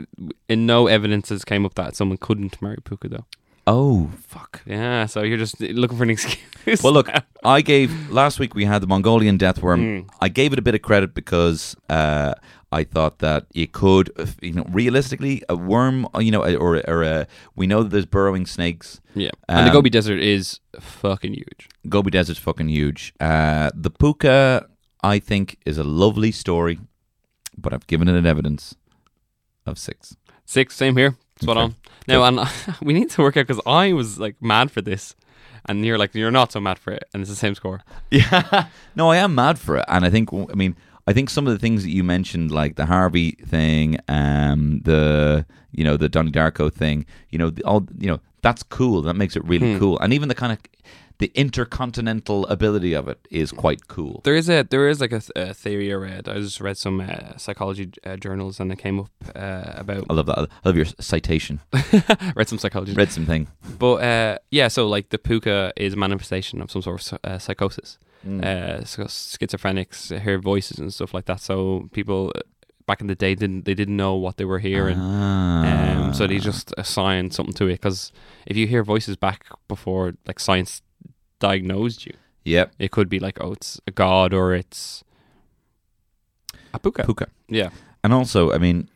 [SPEAKER 3] in no evidences came up that someone couldn't marry puka though.
[SPEAKER 1] Oh, fuck.
[SPEAKER 3] Yeah, so you're just looking for an excuse.
[SPEAKER 1] Well, look, I gave last week we had the Mongolian death worm. I gave it a bit of credit because uh, I thought that it could, if- you know, realistically, a worm, uh, you know, or or a, we know that there's burrowing snakes.
[SPEAKER 3] yeah, and the
[SPEAKER 1] um,
[SPEAKER 3] Gobi Desert is fucking huge.
[SPEAKER 1] Gobi Desert's fucking huge. Uh, the Puka, I think, is a lovely story, but I've given it an evidence of six.
[SPEAKER 3] Six, same here. Spot on. Now, and we need to work out because I was like mad for this, and you're like you're not so mad for it, and it's the same score.
[SPEAKER 1] Yeah. No, I am mad for it, and I think I mean I think some of the things that you mentioned, like the Harvey thing, um, the you know the Donnie Darko thing, you know, the, all you know that's cool. That makes it
[SPEAKER 3] Hmm.
[SPEAKER 1] really cool, and even the kind of the intercontinental ability of it is quite cool.
[SPEAKER 3] There is a there is like a, th- a theory I read. I just read some uh, psychology uh, journals, and it came up uh, about
[SPEAKER 1] I love that. I love your citation.
[SPEAKER 3] read some psychology.
[SPEAKER 1] Read something.
[SPEAKER 3] But uh, yeah, so like the puka is a manifestation of some sort of uh, psychosis. Uh, so schizophrenics hear voices and stuff like that. So people uh, back in the day didn't they didn't know what they were hearing.
[SPEAKER 1] Ah.
[SPEAKER 3] Um, so they just assigned something to it because if you hear voices back before like science diagnosed you,
[SPEAKER 1] Yep.
[SPEAKER 3] it could be like oh it's a god or it's a puka.
[SPEAKER 1] Puka.
[SPEAKER 3] Yeah,
[SPEAKER 1] And also, I mean,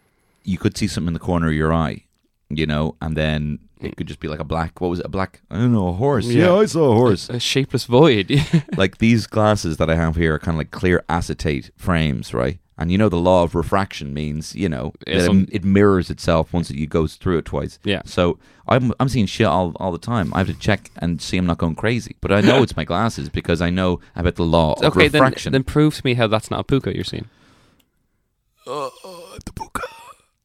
[SPEAKER 1] you could see something in the corner of your eye, you know, and then it could just be like a black. What was it? A black? I don't know. A horse.
[SPEAKER 3] Hmm. Yeah.
[SPEAKER 1] I saw a horse.
[SPEAKER 3] a shapeless void.
[SPEAKER 1] like these glasses that I have here are kind of like clear acetate frames, right? And you know the law of refraction means you know
[SPEAKER 3] Yeah,
[SPEAKER 1] that it-
[SPEAKER 3] some-
[SPEAKER 1] it mirrors itself once it goes through it twice.
[SPEAKER 3] Yeah.
[SPEAKER 1] So I'm I'm seeing shit all, all the time. I have to check and see I'm not going crazy, but I know it's my glasses because I know about the law of
[SPEAKER 3] okay, then,
[SPEAKER 1] refraction.
[SPEAKER 3] then prove to me how that's not a puka you're seeing.
[SPEAKER 1] Uh,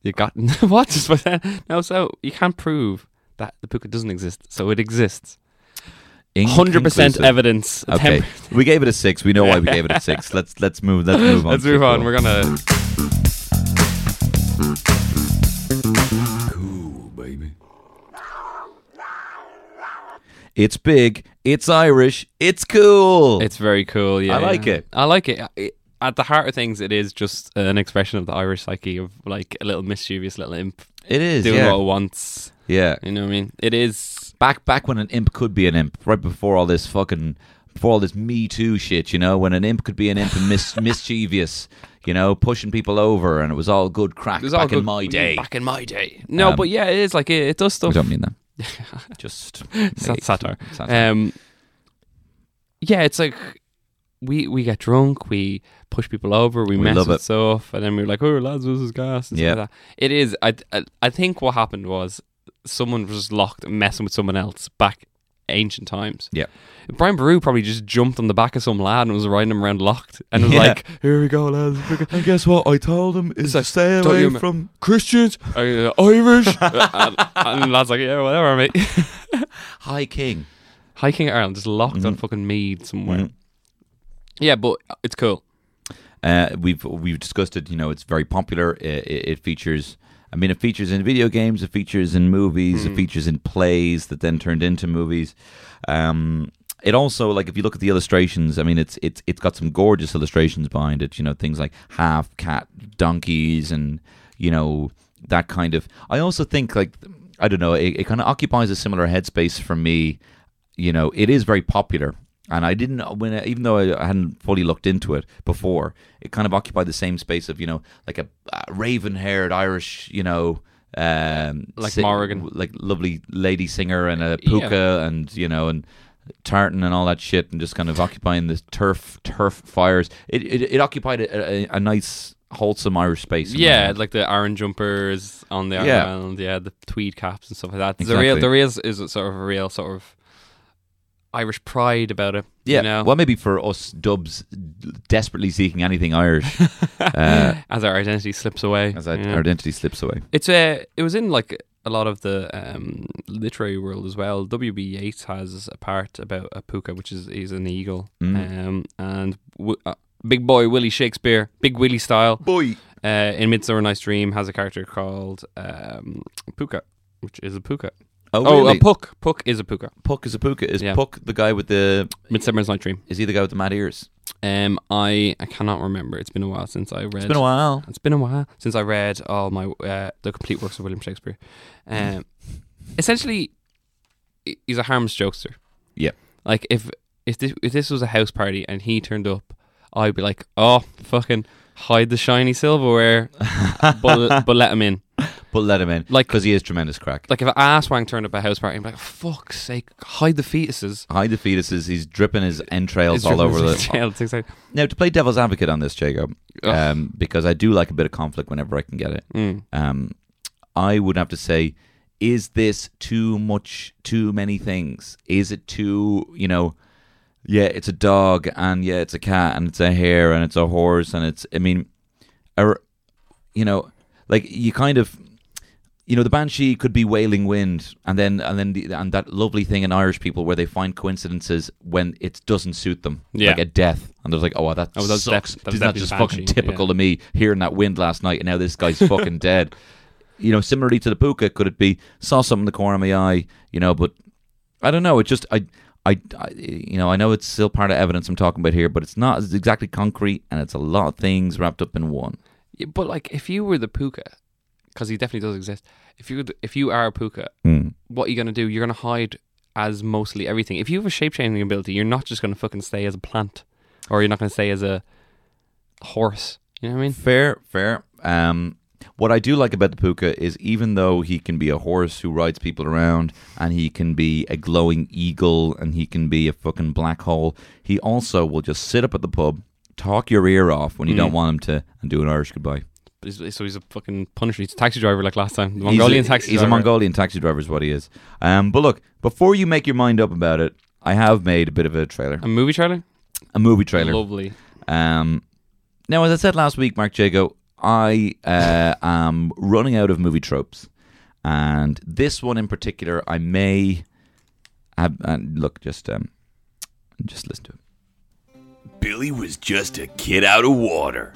[SPEAKER 3] You got what? Just by that? No, so you can't prove that the puka doesn't exist. So it exists. Hundred percent
[SPEAKER 1] Inconclusive.
[SPEAKER 3] evidence.
[SPEAKER 1] Okay,
[SPEAKER 3] Temp-
[SPEAKER 1] we gave it a six. We know why we gave it a six. Let's let's move. Let's move on.
[SPEAKER 3] Let's
[SPEAKER 1] to
[SPEAKER 3] move on.
[SPEAKER 1] cool.
[SPEAKER 3] We're gonna.
[SPEAKER 1] It's big. It's Irish. It's cool.
[SPEAKER 3] It's very cool. Yeah,
[SPEAKER 1] I like
[SPEAKER 3] yeah.
[SPEAKER 1] it.
[SPEAKER 3] I like it. It- At the heart of things, it is just an expression of the Irish psyche of like a little mischievous little imp
[SPEAKER 1] it is.
[SPEAKER 3] doing
[SPEAKER 1] yeah.
[SPEAKER 3] what it wants.
[SPEAKER 1] yeah.
[SPEAKER 3] You know what I mean? It is.
[SPEAKER 1] Back back when an imp could be an imp. Right before all this fucking before all this Me Too shit. You know when an imp could be an imp and mis- mischievous. You know pushing people over and it was all good crack
[SPEAKER 3] It was
[SPEAKER 1] back
[SPEAKER 3] all good mm,
[SPEAKER 1] in my day.
[SPEAKER 3] Back in my day. No, but yeah, it is like it, it does
[SPEAKER 1] I
[SPEAKER 3] stuff.
[SPEAKER 1] don't mean that. Just
[SPEAKER 3] It's not satire.
[SPEAKER 1] satire.
[SPEAKER 3] Um, yeah, it's like we we get drunk, we push people over, we, mess
[SPEAKER 1] love
[SPEAKER 3] with
[SPEAKER 1] it.
[SPEAKER 3] stuff, and then we're like, "Oh, lads, this is gas." and stuff
[SPEAKER 1] Yeah.
[SPEAKER 3] like that. it is. I, I I think what happened was someone was just locked messing with someone else back ancient times.
[SPEAKER 1] Yeah.
[SPEAKER 3] Brian Baru probably just jumped on the back of some lad and was riding him around locked, and was
[SPEAKER 1] Yeah.
[SPEAKER 3] like,
[SPEAKER 5] Here we go, lads. And guess what? I told them is
[SPEAKER 3] So,
[SPEAKER 5] to stay
[SPEAKER 3] don't
[SPEAKER 5] away
[SPEAKER 3] you ma-
[SPEAKER 5] from Christians.
[SPEAKER 3] uh, "Irish," and, and the lad's like, "Yeah, whatever, mate."
[SPEAKER 1] High King.
[SPEAKER 3] Hiking Ireland, just locked
[SPEAKER 1] Mm-hmm.
[SPEAKER 3] on fucking mead somewhere.
[SPEAKER 1] Mhm.
[SPEAKER 3] Yeah, but it's cool.
[SPEAKER 1] Uh, we've we've discussed it. You know, it's very popular. It, it, it features. I mean, it features in video games. It features in movies. It features in plays that then turned into movies. Um, it also, like, if you look at the illustrations, I mean, it's it's it's got some gorgeous illustrations behind it. You know, things like half cat donkeys and you know that kind of. I also think like I don't know. It, it kind of occupies a similar headspace for me you know, it is very popular. And I didn't, when I, even though I, I hadn't fully looked into it before, it kind of occupied the same space of you know, like a, a raven-haired Irish, you know, um,
[SPEAKER 3] Like Morrigan.
[SPEAKER 1] like lovely lady singer and a puka and you know and tartan and all that shit, and just kind of occupying the turf turf fires. It it, it occupied a, a, a nice wholesome Irish space. in my
[SPEAKER 3] Yeah,
[SPEAKER 1] head.
[SPEAKER 3] like the orange jumpers on the
[SPEAKER 1] Yeah.
[SPEAKER 3] island. Yeah, the tweed caps and stuff like that.
[SPEAKER 1] Exactly.
[SPEAKER 3] The real, there is is a sort of a real sort of Irish pride about it.
[SPEAKER 1] yeah.
[SPEAKER 3] you know,
[SPEAKER 1] Well, maybe for us dubs, desperately seeking anything Irish uh,
[SPEAKER 3] as our identity slips away.
[SPEAKER 1] as our,
[SPEAKER 3] you know.
[SPEAKER 1] our identity slips away.
[SPEAKER 3] it's a. It was in like a lot of the um, literary world as well. W. B. Yeats has a part about a puka, which is he's an eagle,
[SPEAKER 1] Mm.
[SPEAKER 3] um, and w- uh, big boy Willie Shakespeare, big Willie style.
[SPEAKER 1] Boy.
[SPEAKER 3] uh, in Midsummer Night's Dream has a character called um, Puka, which is a puka.
[SPEAKER 1] Oh,
[SPEAKER 3] Oh,
[SPEAKER 1] really?
[SPEAKER 3] a puck. Puck is a puka.
[SPEAKER 1] Puck is a puka. Is
[SPEAKER 3] Yeah.
[SPEAKER 1] Puck the guy with the?
[SPEAKER 3] Midsummer's Night Dream.
[SPEAKER 1] Is he the guy with the mad ears?
[SPEAKER 3] Um, I I cannot remember. It's been a while since I read. It's
[SPEAKER 1] Been a while.
[SPEAKER 3] It's been a while since I read all my uh, the complete works of William Shakespeare. Um, essentially, he- he's a harmless jokester.
[SPEAKER 1] Yeah.
[SPEAKER 3] Like if if this if this was a house party and he turned up, I'd be like, oh fucking hide the shiny silverware, but but let him in.
[SPEAKER 1] But let him in.
[SPEAKER 3] Like-
[SPEAKER 1] because he is tremendous crack.
[SPEAKER 3] Like if an asswang turned up at a house party, I'm like, fuck's sake, hide the fetuses.
[SPEAKER 1] Hide the fetuses. He's dripping his entrails
[SPEAKER 3] It's
[SPEAKER 1] all over the.
[SPEAKER 3] Yeah, it's exciting.
[SPEAKER 1] Now, to play devil's advocate on this, Jacob,
[SPEAKER 3] Ugh.
[SPEAKER 1] um, because I do like a bit of conflict whenever I can get it,
[SPEAKER 3] Mm.
[SPEAKER 1] um, I would have to say, is this too much, too many things? Is it too, you know, yeah, it's a dog, and yeah, it's a cat, and it's a hare, and it's a horse, and it's, I mean, or, you know, like you kind of. You know, the banshee could be wailing wind, and then and then the, and that lovely thing in Irish people where they find coincidences when it doesn't suit them,
[SPEAKER 3] Yeah.
[SPEAKER 1] like a death, and they're like, oh, that
[SPEAKER 3] Oh, that was
[SPEAKER 1] sucks.
[SPEAKER 3] def- that was
[SPEAKER 1] Isn't that
[SPEAKER 3] definitely
[SPEAKER 1] just
[SPEAKER 3] the
[SPEAKER 1] fucking
[SPEAKER 3] Banshee,
[SPEAKER 1] typical to me hearing that wind last night and now this guy's fucking dead? You know, similarly to the puka, could it be saw something in the corner of my eye? You know, but I don't know. It just I, I, I you know, I know it's still part of evidence I'm talking about here, but it's not as exactly concrete, and it's a lot of things wrapped up in one.
[SPEAKER 3] Yeah, but like if you were the puka, because he definitely does exist. If you if you are a puka,
[SPEAKER 1] Mm.
[SPEAKER 3] what are you gonna do? You're gonna hide as mostly everything. If you have a shape changing ability, you're not just gonna fucking stay as a plant, or you're not gonna stay as a horse. You know what I mean?
[SPEAKER 1] Fair, fair. Um, what I do like about the puka is even though he can be a horse who rides people around, and he can be a glowing eagle, and he can be a fucking black hole, he also will just sit up at the pub, talk your ear off when you
[SPEAKER 3] Mm.
[SPEAKER 1] don't want him to, and do an Irish goodbye.
[SPEAKER 3] But he's- so he's a fucking punisher. He's a taxi driver like last time. The Mongolian
[SPEAKER 1] he's a,
[SPEAKER 3] taxi.
[SPEAKER 1] He's
[SPEAKER 3] driver.
[SPEAKER 1] a Mongolian taxi driver, is what he is. Um, but look, before you make your mind up about it, I have made a bit of a trailer,
[SPEAKER 3] A movie trailer.
[SPEAKER 1] a movie trailer.
[SPEAKER 3] Lovely.
[SPEAKER 1] Um, now, as I said last week, Mark Jago, I uh, am running out of movie tropes, and this one in particular, I may. Have, and look, just um, just listen to it.
[SPEAKER 6] Billy was just a kid out of water.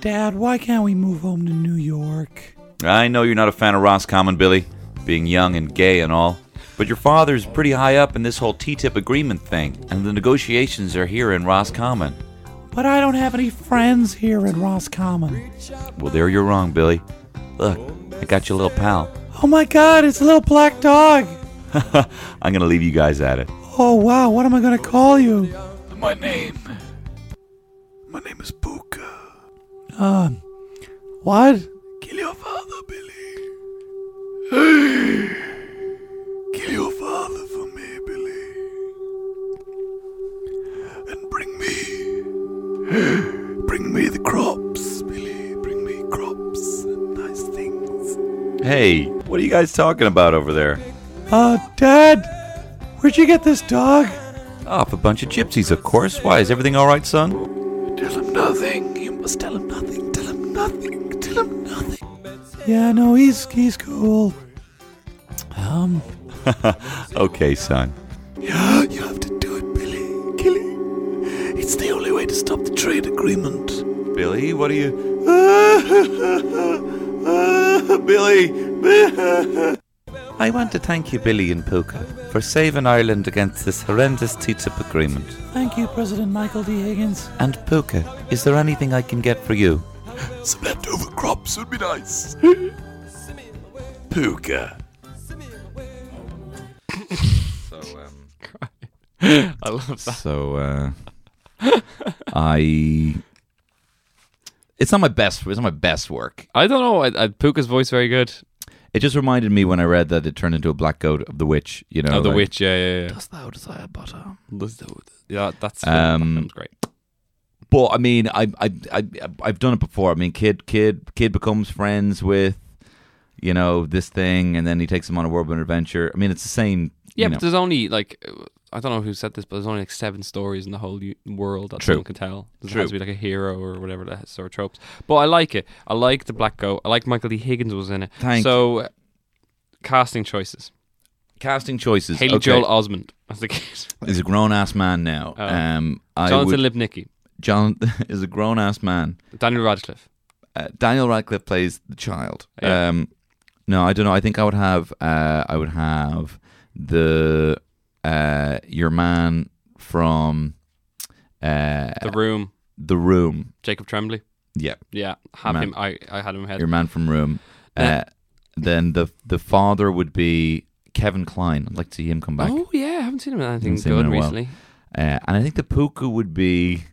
[SPEAKER 7] Dad, why can't we move home to New York?
[SPEAKER 6] I know you're not a fan of Roscommon, Billy, being young and gay and all, but your father's pretty high up in this whole TTIP agreement thing, and the negotiations are here in Roscommon.
[SPEAKER 7] But I don't have any friends here in Roscommon.
[SPEAKER 6] Well, there you're wrong, Billy. Look, I got your little pal.
[SPEAKER 7] Oh my god, it's a little black dog.
[SPEAKER 6] I'm gonna leave you guys at it.
[SPEAKER 7] Oh wow, what am I gonna call you?
[SPEAKER 6] My name. My name is Puka.
[SPEAKER 7] Um, what?
[SPEAKER 6] Kill your father, Billy. Kill your father for me, Billy. And bring me. Bring me the crops, Billy. Bring me crops and nice things. Hey, what are you guys talking about over there?
[SPEAKER 7] Uh, Dad, where'd you get this dog?
[SPEAKER 6] Off a bunch of gypsies, of course. Why, is everything all right, son? Tell him nothing. You must tell him nothing. Tell him nothing. Tell him nothing.
[SPEAKER 7] Yeah, no, he's he's cool. Um,
[SPEAKER 6] Okay, son. Yeah, you have to do it, Billy. Kill it. It's the only way to stop the trade agreement. Billy, what are you? Ah, Billy. I want to thank you, Billy and Puka, for saving Ireland against this horrendous TTIP agreement.
[SPEAKER 7] thank you, President Michael D. Higgins.
[SPEAKER 6] And Puka, is there anything I can get for you? Some leftover crops would be nice. Puka.
[SPEAKER 3] I love that.
[SPEAKER 1] So uh, I, it's not my best. It's not my best work.
[SPEAKER 3] I don't know. I, I, Puka's voice very good.
[SPEAKER 1] It just reminded me when I read that it turned into a black goat of the witch. You know,
[SPEAKER 3] oh, the
[SPEAKER 1] like-
[SPEAKER 3] witch. Yeah, yeah, yeah.
[SPEAKER 6] thou desire butter?
[SPEAKER 3] yeah that's
[SPEAKER 1] Um,
[SPEAKER 3] that film's great.
[SPEAKER 1] But I mean, I I I I've done it before. I mean, kid kid kid becomes friends with you know this thing, and then he takes him on a whirlwind adventure. I mean, it's the same.
[SPEAKER 3] Yeah,
[SPEAKER 1] you
[SPEAKER 3] but
[SPEAKER 1] know.
[SPEAKER 3] there's only like uh, I don't know who said this, but there's only like seven stories in the whole u- world that
[SPEAKER 1] True.
[SPEAKER 3] someone can tell. There
[SPEAKER 1] True.
[SPEAKER 3] has to be like a hero or whatever that sort of tropes. But I like it. I like the Black Goat. I like Michael D. Higgins was in it.
[SPEAKER 1] Thank
[SPEAKER 3] so uh, casting choices.
[SPEAKER 1] casting choices.
[SPEAKER 3] Haley
[SPEAKER 1] okay.
[SPEAKER 3] Joel Osment as the kid.
[SPEAKER 1] is a grown ass man now.
[SPEAKER 3] Oh.
[SPEAKER 1] Um, I
[SPEAKER 3] Jonathan
[SPEAKER 1] would,
[SPEAKER 3] Lipnicki.
[SPEAKER 1] John is a grown ass man.
[SPEAKER 3] Daniel Radcliffe.
[SPEAKER 1] Uh, Daniel Radcliffe plays the child.
[SPEAKER 3] Yeah.
[SPEAKER 1] Um, no, I don't know. I think I would have. Uh, I would have the uh, your man from uh,
[SPEAKER 3] The Room.
[SPEAKER 1] the room.
[SPEAKER 3] Jacob Tremblay.
[SPEAKER 1] Yeah.
[SPEAKER 3] Yeah, have
[SPEAKER 1] Man.
[SPEAKER 3] him. Uh, I, I had him in my head.
[SPEAKER 1] your man from Room.
[SPEAKER 3] Nah.
[SPEAKER 1] Uh, then the the father would be Kevin Klein. I'd like to see him come back.
[SPEAKER 3] Oh yeah, I haven't seen him in anything
[SPEAKER 1] Haven't seen him in
[SPEAKER 3] good
[SPEAKER 1] a while.
[SPEAKER 3] recently.
[SPEAKER 1] Uh, and I think the Puku would be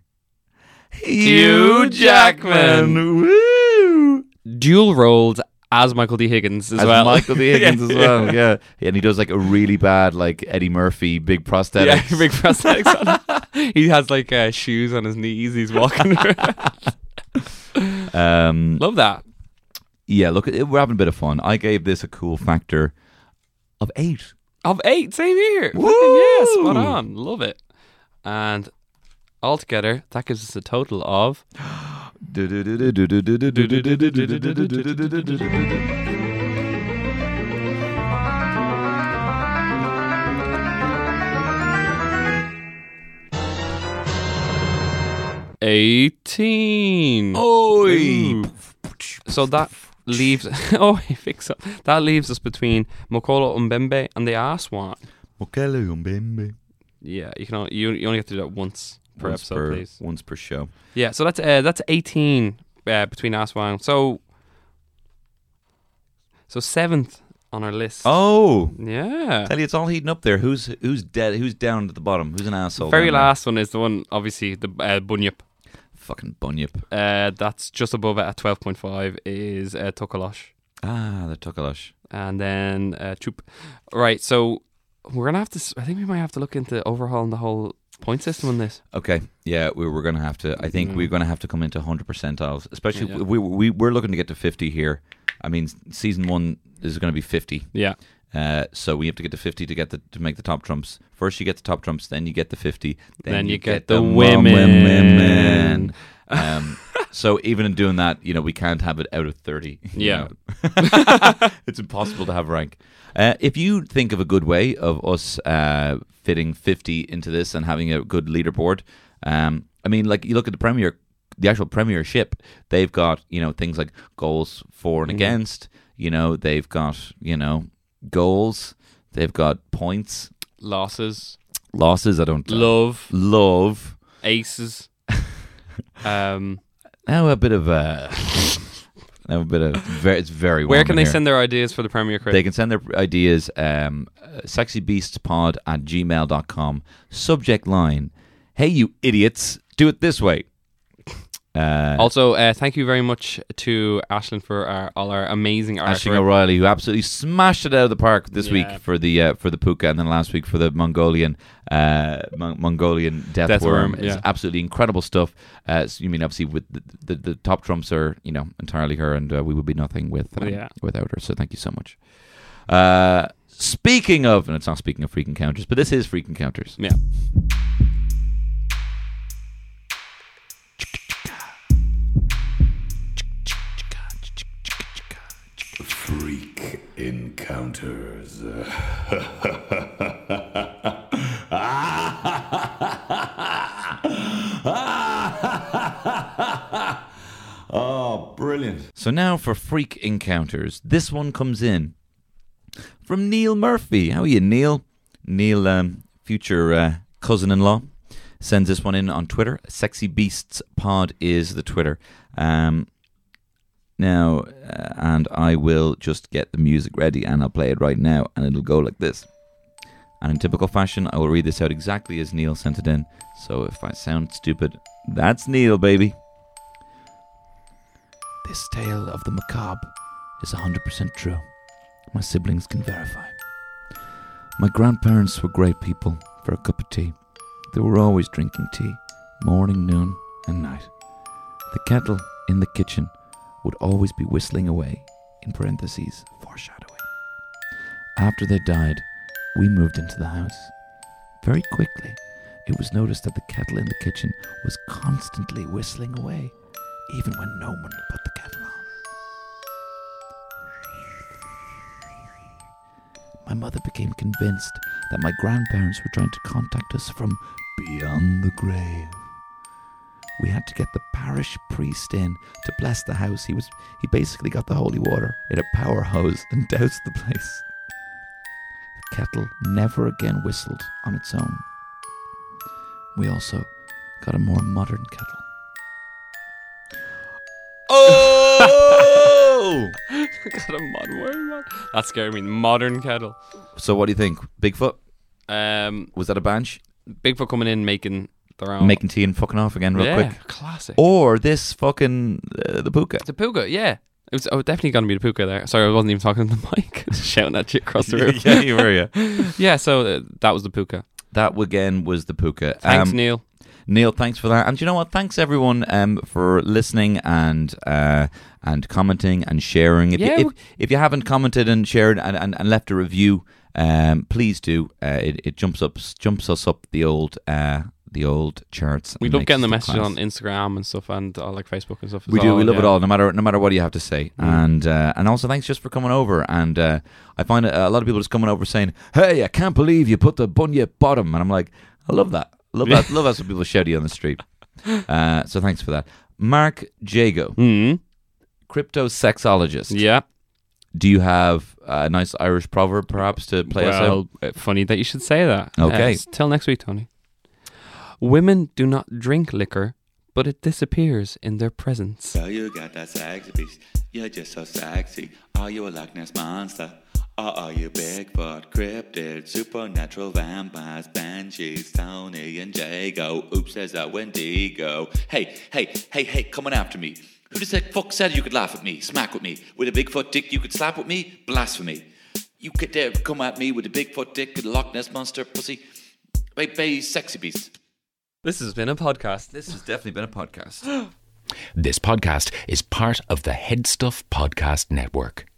[SPEAKER 3] Hugh Jackman.
[SPEAKER 1] Woo!
[SPEAKER 3] Dual roles as Michael D Higgins as,
[SPEAKER 1] As
[SPEAKER 3] well.
[SPEAKER 1] Michael D. Higgins
[SPEAKER 3] Yeah.
[SPEAKER 1] as well, yeah. And he does like a really bad like Eddie Murphy big
[SPEAKER 3] Yeah,
[SPEAKER 1] prosthetic.
[SPEAKER 3] big prosthetics. on. he has like uh, shoes on his knees. He's walking. around.
[SPEAKER 1] Um,
[SPEAKER 3] Love that.
[SPEAKER 1] yeah, look, it- we're having a bit of fun. I gave this a cool factor of eight.
[SPEAKER 3] Of eight, same here. Fucking yeah, spot on. Love it. And altogether, that gives us a total of eighteen.
[SPEAKER 1] Oh, Oi.
[SPEAKER 3] So that leaves. Oh, he fix up. That leaves us between Mokolo Umbembe and the Aswan.
[SPEAKER 1] Mokele Umbembe.
[SPEAKER 3] Yeah, you can. Only, you, you only have to do that once per
[SPEAKER 1] Once
[SPEAKER 3] episode,
[SPEAKER 1] per-
[SPEAKER 3] please.
[SPEAKER 1] Once per show.
[SPEAKER 3] Yeah, so that's uh, that's eighteen uh, between Aswan. So, so seventh on our list.
[SPEAKER 1] Oh,
[SPEAKER 3] yeah.
[SPEAKER 1] Tell you, it's all heating up there. Who's who's dead? Who's down at the bottom? Who's an asshole?
[SPEAKER 3] Very
[SPEAKER 1] down there?
[SPEAKER 3] last one is the one, obviously the uh, Bunyip.
[SPEAKER 1] Fucking bunyip.
[SPEAKER 3] Uh, that's just above it at twelve point five is uh, Tokolosh,
[SPEAKER 1] Ah, the Tukalosh.
[SPEAKER 3] and then uh, Troop. Right, so we're gonna have to. s- I think we might have to look into overhauling the whole point system on this.
[SPEAKER 1] Okay, yeah, we were gonna have to. I think we're gonna have to come into hundred percentiles, especially
[SPEAKER 3] Mm. Yeah.
[SPEAKER 1] we we we're looking to get to fifty here. I mean, season one is gonna be fifty.
[SPEAKER 3] Yeah,
[SPEAKER 1] Uh, so we have to get to fifty to get the to make the top trumps. First, you get the top trumps, then you get the fifty,
[SPEAKER 3] Then you get the
[SPEAKER 1] mum-
[SPEAKER 3] women.
[SPEAKER 1] women. Um, so even in doing that, you know, we can't have it out of thirty. you
[SPEAKER 3] Yeah.
[SPEAKER 1] know. it's impossible to have rank. Uh, if you think of a good way of us uh, fitting fifty into this and having a good leaderboard, um, I mean, like you look at the premier, the actual premiership, they've got you know things like goals for and against. You know, they've got you know goals. They've got points,
[SPEAKER 3] losses,
[SPEAKER 1] losses. I don't
[SPEAKER 3] love,
[SPEAKER 1] love.
[SPEAKER 3] aces. um,
[SPEAKER 1] Now a bit of uh, now a bit of very, it's very.
[SPEAKER 3] where
[SPEAKER 1] warm
[SPEAKER 3] can
[SPEAKER 1] in
[SPEAKER 3] they
[SPEAKER 1] here.
[SPEAKER 3] send their ideas for the premiere? Crit?
[SPEAKER 1] They can send their ideas um, uh, sexybeastspod at gmail.com. Subject line Hey, you idiots, do it this way. Uh,
[SPEAKER 3] Also, uh, thank you very much to Ashlyn for our, all our amazing
[SPEAKER 1] Ashing
[SPEAKER 3] artwork.
[SPEAKER 1] O'Reilly, who absolutely smashed it out of the park this
[SPEAKER 3] Yeah.
[SPEAKER 1] week for the uh, for the puka, and then last week for the Mongolian uh, Mon- Mongolian death,
[SPEAKER 3] Death
[SPEAKER 1] worm.
[SPEAKER 3] worm,
[SPEAKER 1] It's
[SPEAKER 3] yeah.
[SPEAKER 1] absolutely incredible stuff. Uh, so you mean obviously with the, the, the top trumps are you know entirely her, and uh, we would be nothing with um,
[SPEAKER 3] Yeah.
[SPEAKER 1] without her. So thank you so much. Uh, speaking of, and it's not speaking of freak encounters, but this is freak encounters.
[SPEAKER 3] Yeah.
[SPEAKER 6] Freak encounters. oh, brilliant.
[SPEAKER 1] So now for freak encounters. This one comes in from Neil Murphy. How are you, Neil? Neil, um, future uh, cousin-in-law, sends this one in on Twitter. Sexy Beasts Pod is the Twitter. Um, now, uh, and I will just get the music ready, and I'll play it right now, and it'll go like this. And in typical fashion, I will read this out exactly as Neil sent it in. So if I sound stupid, that's Neil, baby. This tale of the macabre is 100% true. My siblings can verify. My grandparents were great people for a cup of tea. They were always drinking tea, morning, noon, and night. The kettle in the kitchen would always be whistling away, in parentheses, foreshadowing. After they died, we moved into the house. Very quickly, it was noticed that the kettle in the kitchen was constantly whistling away even when no one put the kettle on. My mother became convinced that my grandparents were trying to contact us from beyond the grave. We had to get the parish priest in to bless the house. He was he basically got the holy water in a power hose and doused the place. The kettle never again whistled on its own. We also got a more modern kettle.
[SPEAKER 3] Oh!
[SPEAKER 1] Whoa!
[SPEAKER 3] Got a modern word, man. That scared me. Modern kettle.
[SPEAKER 1] So what do you think? Bigfoot?
[SPEAKER 3] Um,
[SPEAKER 1] Was that a bench?
[SPEAKER 3] Bigfoot coming in making their own.
[SPEAKER 1] Making tea and fucking off again real
[SPEAKER 3] Oh. yeah,
[SPEAKER 1] quick. Oh.
[SPEAKER 3] classic.
[SPEAKER 1] Or this fucking uh, the puka.
[SPEAKER 3] The puka, yeah. It was oh, definitely going to be the puka there. Sorry, I wasn't even talking to the mic. Shouting at you across the room.
[SPEAKER 1] yeah, you were yeah.
[SPEAKER 3] Yeah, so uh, that was the puka.
[SPEAKER 1] That again was the puka.
[SPEAKER 3] Thanks,
[SPEAKER 1] Um,
[SPEAKER 3] Neil.
[SPEAKER 1] Neil, thanks for that. And you know what? Thanks everyone um, for listening and uh, and commenting and sharing. If,
[SPEAKER 3] Yeah,
[SPEAKER 1] you, if,
[SPEAKER 3] we-
[SPEAKER 1] if you haven't commented and shared and, and, and left a review, um, please do. Uh, it, it jumps up jumps us up the old uh, the old charts.
[SPEAKER 3] We
[SPEAKER 1] and
[SPEAKER 3] love
[SPEAKER 1] makes
[SPEAKER 3] getting the
[SPEAKER 1] us
[SPEAKER 3] message
[SPEAKER 1] class.
[SPEAKER 3] on Instagram and stuff and uh, like Facebook and stuff. as
[SPEAKER 1] We do.
[SPEAKER 3] well,
[SPEAKER 1] We love it
[SPEAKER 3] yeah. Mm.
[SPEAKER 1] all, no matter no matter what you have to say, and uh, and also thanks just for coming over. And uh, I find a, a lot of people just coming over saying, "Hey, I can't believe you put the bunyip bottom," and I'm like, I love that. Love that. love that when people shout at you on the street. Uh, so thanks for that, Mark Jago,
[SPEAKER 3] Mm,
[SPEAKER 1] crypto sexologist.
[SPEAKER 3] yeah.
[SPEAKER 1] Do you have a nice Irish proverb perhaps to play us out?
[SPEAKER 3] well, uh, funny that you should say that. Uh,
[SPEAKER 1] Okay.
[SPEAKER 3] s- till next week, Tony. Women do not drink liquor, but it disappears in their presence.
[SPEAKER 2] So you got that sexy beast. You're just so sexy. Are you a Loch Ness monster? Or are you Bigfoot, cryptid, supernatural vampires, banshees, Tony and Jago? Oops, there's a Wendigo. Hey, hey, hey, hey, coming after me. Who the sick fuck said you could laugh at me, smack with me? With a Bigfoot dick you could slap with me? Blasphemy. You could dare come at me with a Bigfoot dick and Loch Ness monster pussy? Bay, bay, sexy beast.
[SPEAKER 3] This has been a podcast.
[SPEAKER 1] This has definitely been a podcast.
[SPEAKER 8] This podcast is part of the Headstuff Podcast Network.